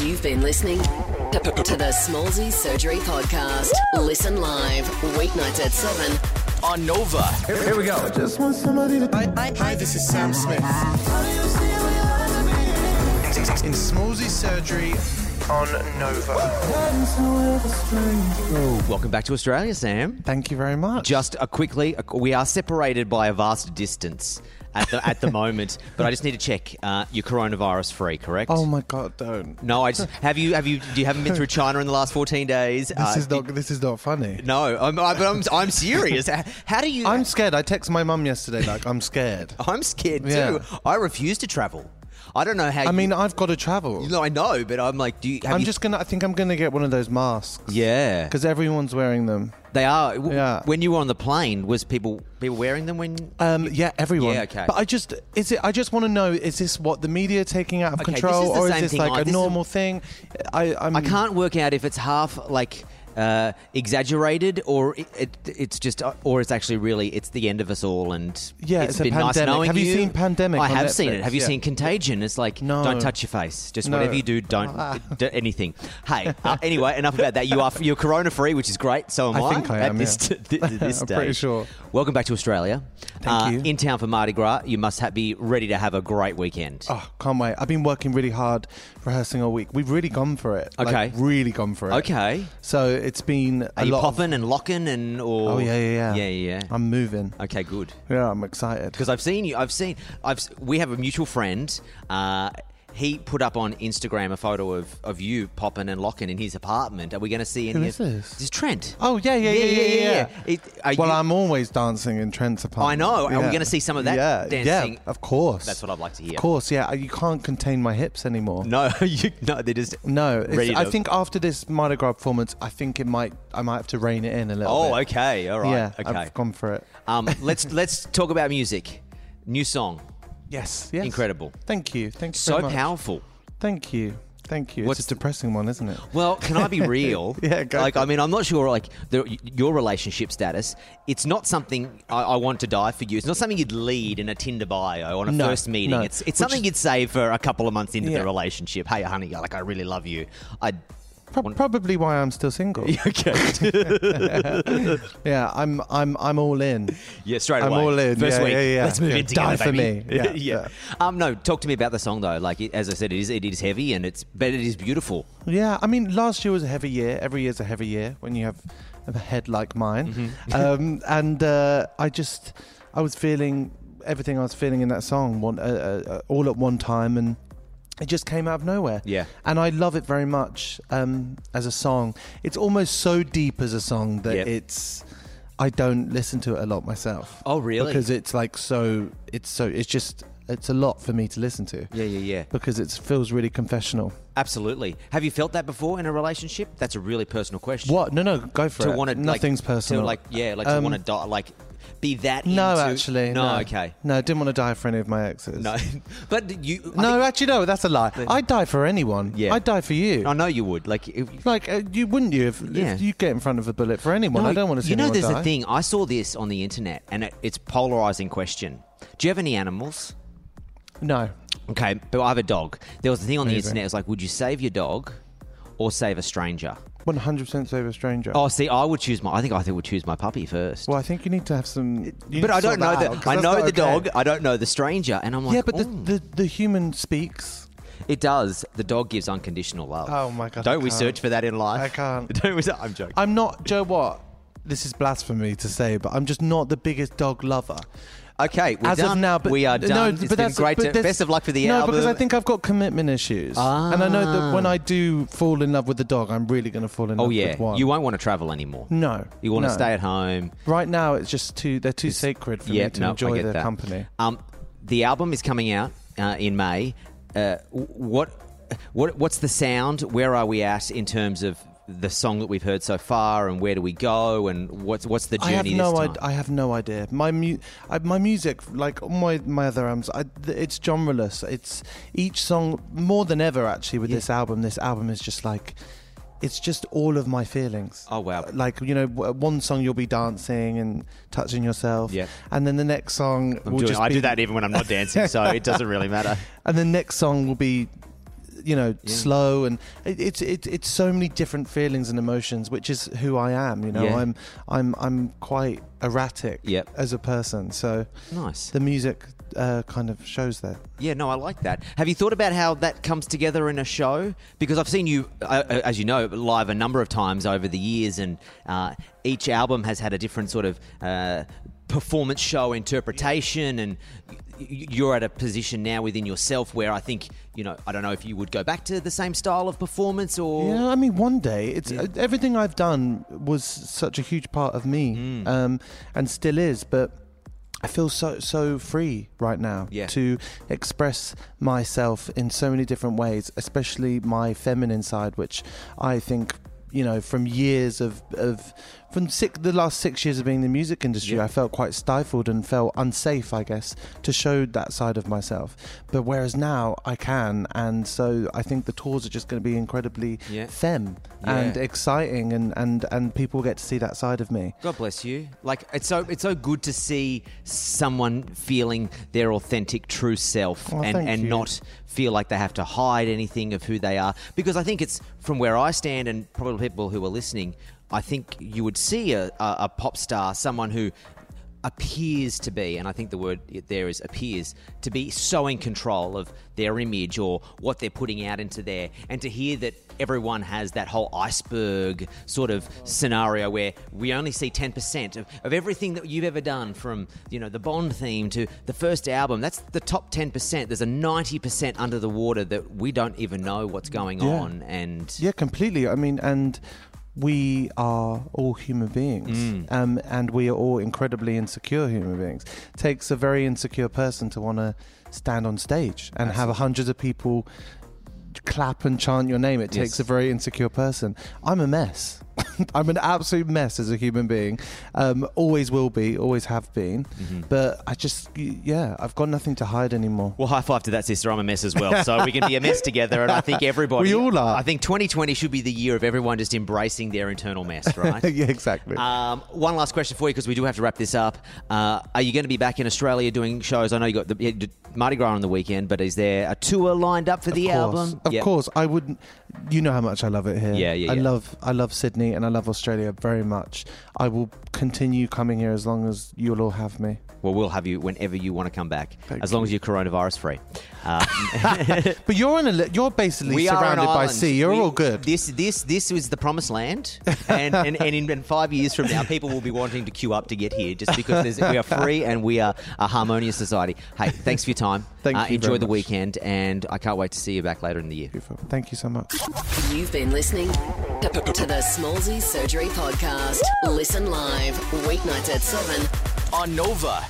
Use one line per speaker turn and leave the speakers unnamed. You've been listening to, to the Smallsy Surgery Podcast. Listen live, weeknights at 7 on Nova.
Here we go. Just want somebody to.
Hi, this is Sam Smith. In Smallsy Surgery on Nova.
Welcome back to Australia, Sam.
Thank you very much.
Just a quickly, a- we are separated by a vast distance at the, at the moment, but I just need to check. Uh, you're coronavirus free, correct?
oh my God, don't.
no, I just have you have you do you haven't been through China in the last 14 days? Uh,
This is not. This is not funny.
no, I'm, I, but I'm I'm serious. How- How do you?
I'm scared. I texted my mum yesterday. Like I'm scared.
I'm scared too.
Yeah.
I refuse to travel. I don't know how.
I mean, I've got to travel.
you, no, I know, but I'm like, do you? Have
I'm
you-
just gonna. I think I'm gonna get one of those masks.
yeah,
Because everyone's wearing them.
they are. w-
Yeah.
When you were on the plane, was people people wearing them when?
Um, yeah, everyone.
Yeah, okay.
But I just is it? I just want to know: is this what the media are taking out of
Okay, this
control,
is the
or is
same
this
thing
like
I-
a
this is-
normal thing? I I'm,
I can't work out if it's half like uh, exaggerated or it, it, it's just uh, or it's actually really it's the end of us all and
Yeah, it's
it's
a
been nice
pandemic.
knowing
Have you seen Pandemic
I
on
have seen it.
Netflix?
Have you
Yeah.
seen Contagion? It's like
No.
don't touch your face. Just
No. Ah.
whatever you do, don't do anything. Hey, uh, anyway, enough about that. You are you're corona free, which is great. So am I.
I think I
at
am,
This,
yeah.
th- th- this
I'm
day.
pretty sure.
Welcome back to Australia. Uh,
Thank you.
In town for Mardi Gras. You must ha- be ready to have a great weekend.
Oh, can't wait. I've been working really hard rehearsing all week. We've really gone for it. Like,
Okay.
really gone for it.
Okay.
So it's been a
Are you
lot. of-
popping and locking and or?
oh, yeah, yeah, yeah.
yeah, yeah. yeah.
I'm moving.
okay, good.
Yeah, I'm excited.
because I've seen you. I've seen. I've. s- We have a mutual friend. Uh, he put up on Instagram a photo of, of you popping and locking in his apartment. Are we going to see any
Who
of
is this?
This is Trent.
Oh, yeah, yeah, yeah, yeah, yeah.
It, are
well,
you-
I'm always dancing in Trent's
I
apartment.
know. Are we
Yeah.
going to see some of that
yeah,
dancing?
Yeah, of course.
That's what I'd like to hear.
Of course, yeah. You can't contain my hips anymore.
No, you, no, they just.
No,
Ready
it's,
to-
I think after this Mardi Gras performance, I think it might. I might have to rein it in a little.
Oh,
bit.
okay, all right,
Yeah,
okay.
I've gone for it.
Um, let's let's talk about music. New song,
Yes, yes.
Incredible.
Thank you. Thank you.
so
very much.
powerful.
Thank you. Thank you.
What's-
it's a depressing one, isn't it?
Well, can I be real?
Yeah, go
Like,
for
I mean, I'm not sure, like, the, your relationship status. It's not something I, I want to die for you. It's not something you'd lead in a Tinder bio on a
No,
first meeting.
no.
It's, it's
Which
something
is-
you'd say for a couple of months into
Yeah.
the relationship. Hey, honey, like, I really love you. I.
Pro- probably why I'm still single.
Okay.
yeah, I'm. I'm. I'm all in.
yeah, straight
I'm
away.
all in.
First
Yeah,
week.
yeah, yeah.
Let's move
Yeah,
in together,
die for
baby.
me. Yeah,
yeah.
yeah.
Um, no, talk to me about the song though. Like, it, as I said, it is it is heavy and it's but it is beautiful.
Yeah, I mean, last year was a heavy year. Every year's a heavy year when you have a head like mine.
Mm-hmm.
um, and uh, I just, I was feeling everything I was feeling in that song one, uh, uh, uh, all at one time, and it just came out of nowhere.
Yeah.
and I love it very much um, as a song. It's almost so deep as a song that
Yep.
it's. I don't listen to it a lot myself.
Oh, really?
Because it's like so. It's so. It's just. It's a lot for me to listen to.
Yeah, yeah, yeah.
Because it feels really confessional.
Absolutely. Have you felt that before in a relationship? That's a really personal question.
What? No, no, go for
to
it.
want to
Nothing's
like,
personal.
To like yeah, like to
Um,
want to die, like be that.
no,
into-
actually,
no,
no,
okay,
no. I didn't want to die for any of my exes.
no. but you, I
no,
think-
actually, no. That's a lie. I'd die for anyone.
Yeah.
I'd die for you.
I know you would. Like, if,
like uh, you wouldn't you if,
Yeah.
if you get in front of a bullet for anyone?
No,
I don't want to see
You know,
anyone
there's
die.
a thing. I saw this on the internet, and it, it's a polarizing question. Do you have any animals?
No,
Okay, but I have a dog. There was a thing on the
Neither.
internet. It was like, would you save your dog or save a stranger?
one hundred percent save a stranger.
Oh, see, I would choose my. I think I think would choose my puppy first.
well, I think you need to have some. you need
but
to
I
sort
don't know
that
that.
out, 'cause
I
that's
know the
not okay.
dog. Oh. I don't know the stranger, and I'm like,
Yeah, but the,
"Ooh."
the the human speaks.
It does. The dog gives unconditional love.
Oh my God,
Don't
I
we
can't.
search for that in life?
I can't.
Don't we? se- I'm joking.
I'm not Joe. What? This is blasphemy to say, but I'm just not the biggest dog lover.
okay, we're
as
done.
of now. But
we are done.
No,
It's
but
been
that's
great.
but
to-
there's-
best of luck for the
no,
album. Ah.
because I think I've got commitment issues, and I know that when I do fall in love with the dog, I'm really going to fall in
oh
love
yeah,
with one.
you won't want to travel anymore.
No,
you want to
no.
stay at home.
Right now, it's just too. They're too sacred for
yeah,
me to
no, I
enjoy
get
their
that.
company.
Um, the album is coming out uh, in May. Uh, w- what, what, what's the sound? Where are we at in terms of the song that we've heard so far, and where do we go, and what's what's the journey?
I have no
this time?
idea. I have no idea. My mu- I, my music, like all my my other albums, I, th- it's genreless. It's each song more than ever actually with this album. This album is just like. It's just all of my feelings. Uh,
Oh, wow.
Like you know, w- one song you'll be dancing and touching yourself,
Yeah.
and then the next song
I'm
will
doing-
just
I
be,
do that even when I'm not dancing, so it doesn't really matter.
and the next song will be you know, slow, and it, it's it, it's so many different feelings and emotions, which is who I am. You know,
Yeah.
I'm I'm I'm quite erratic
Yep.
as a person. So
Nice.
the music uh, kind of shows that.
Yeah, no, I like that. Have you thought about how that comes together in a show? Because I've seen you, uh, uh, as you know, live a number of times over the years, and uh, each album has had a different sort of uh, performance show interpretation. And y- y- you're at a position now within yourself where I think, you know, I don't know if you would go back to the same style of performance or.
Yeah, I mean, one day it's uh, everything I've done was such a huge part of me,
Mm.
um, and still is. But I feel so so free right now
Yeah.
to express myself in so many different ways, especially my feminine side, which I think you know from years of of from six, the last six years of being in the music industry,
Yeah.
I felt quite stifled and felt unsafe, I guess, to show that side of myself. But whereas now I can, and so I think the tours are just going to be incredibly
Yeah.
femme
Yeah.
and exciting, and, and, and people get to see that side of me.
God bless you. Like it's so it's so good to see someone feeling their authentic true self
Oh,
and
thank
and
you.
not feel like they have to hide anything of who they are because I think it's from where I stand and probably people who are listening I think you would see a, a, a pop star someone who appears to be and I think the word there is appears to be so in control of their image or what they're putting out into there and to hear that everyone has that whole iceberg sort of scenario where we only see 10% of, of everything that you've ever done from you know the bond theme to the first album that's the top 10% there's a 90% under the water that we don't even know what's going
Yeah.
on and
Yeah, completely. I mean, and we are all human beings,
Mm.
um, and we are all incredibly insecure human beings. takes a very insecure person to want to stand on stage and have hundreds of people clap and chant your name. It
Yes.
takes a very insecure person. I'm a mess. I'm an absolute mess as a human being. Um, always will be, always have been.
Mm-hmm.
But I just, y- yeah, I've got nothing to hide anymore.
Well, high five to that, sister. I'm a mess as well. So we can be a mess together. And I think everybody.
We all are.
I think 2020 should be the year of everyone just embracing their internal mess, right?
yeah, exactly.
um, one last question for you because we do have to wrap this up. Uh, are you going to be back in Australia doing shows? I know you got the you did Mardi Gras on the weekend, but is there a tour lined up for the
course.
album?
Of
Yeah.
course, I wouldn't. You know how much I love it here.
Yeah, yeah,
I
yeah.
love, I love Sydney and I love Australia very much. I will continue coming here as long as you'll all have me.
Well, we'll have you whenever you want to come back,
Thank
as long as you're coronavirus free. Uh,
But you're in a, li- you're basically
are an
surrounded by
island.
sea. You're
We-
all good.
This this this is the promised land, and and, and in, in five years from now, people will be wanting to queue up to get here just because there's, we are free and we are a harmonious society. Hey, thanks for your time. Uh,
Thank you very
Enjoy the
much.
weekend, and I can't wait to see you back later in the year.
Thank you so much.
You've been listening to the Smallsy Surgery Podcast. Listen live weeknights at 7 on Nova.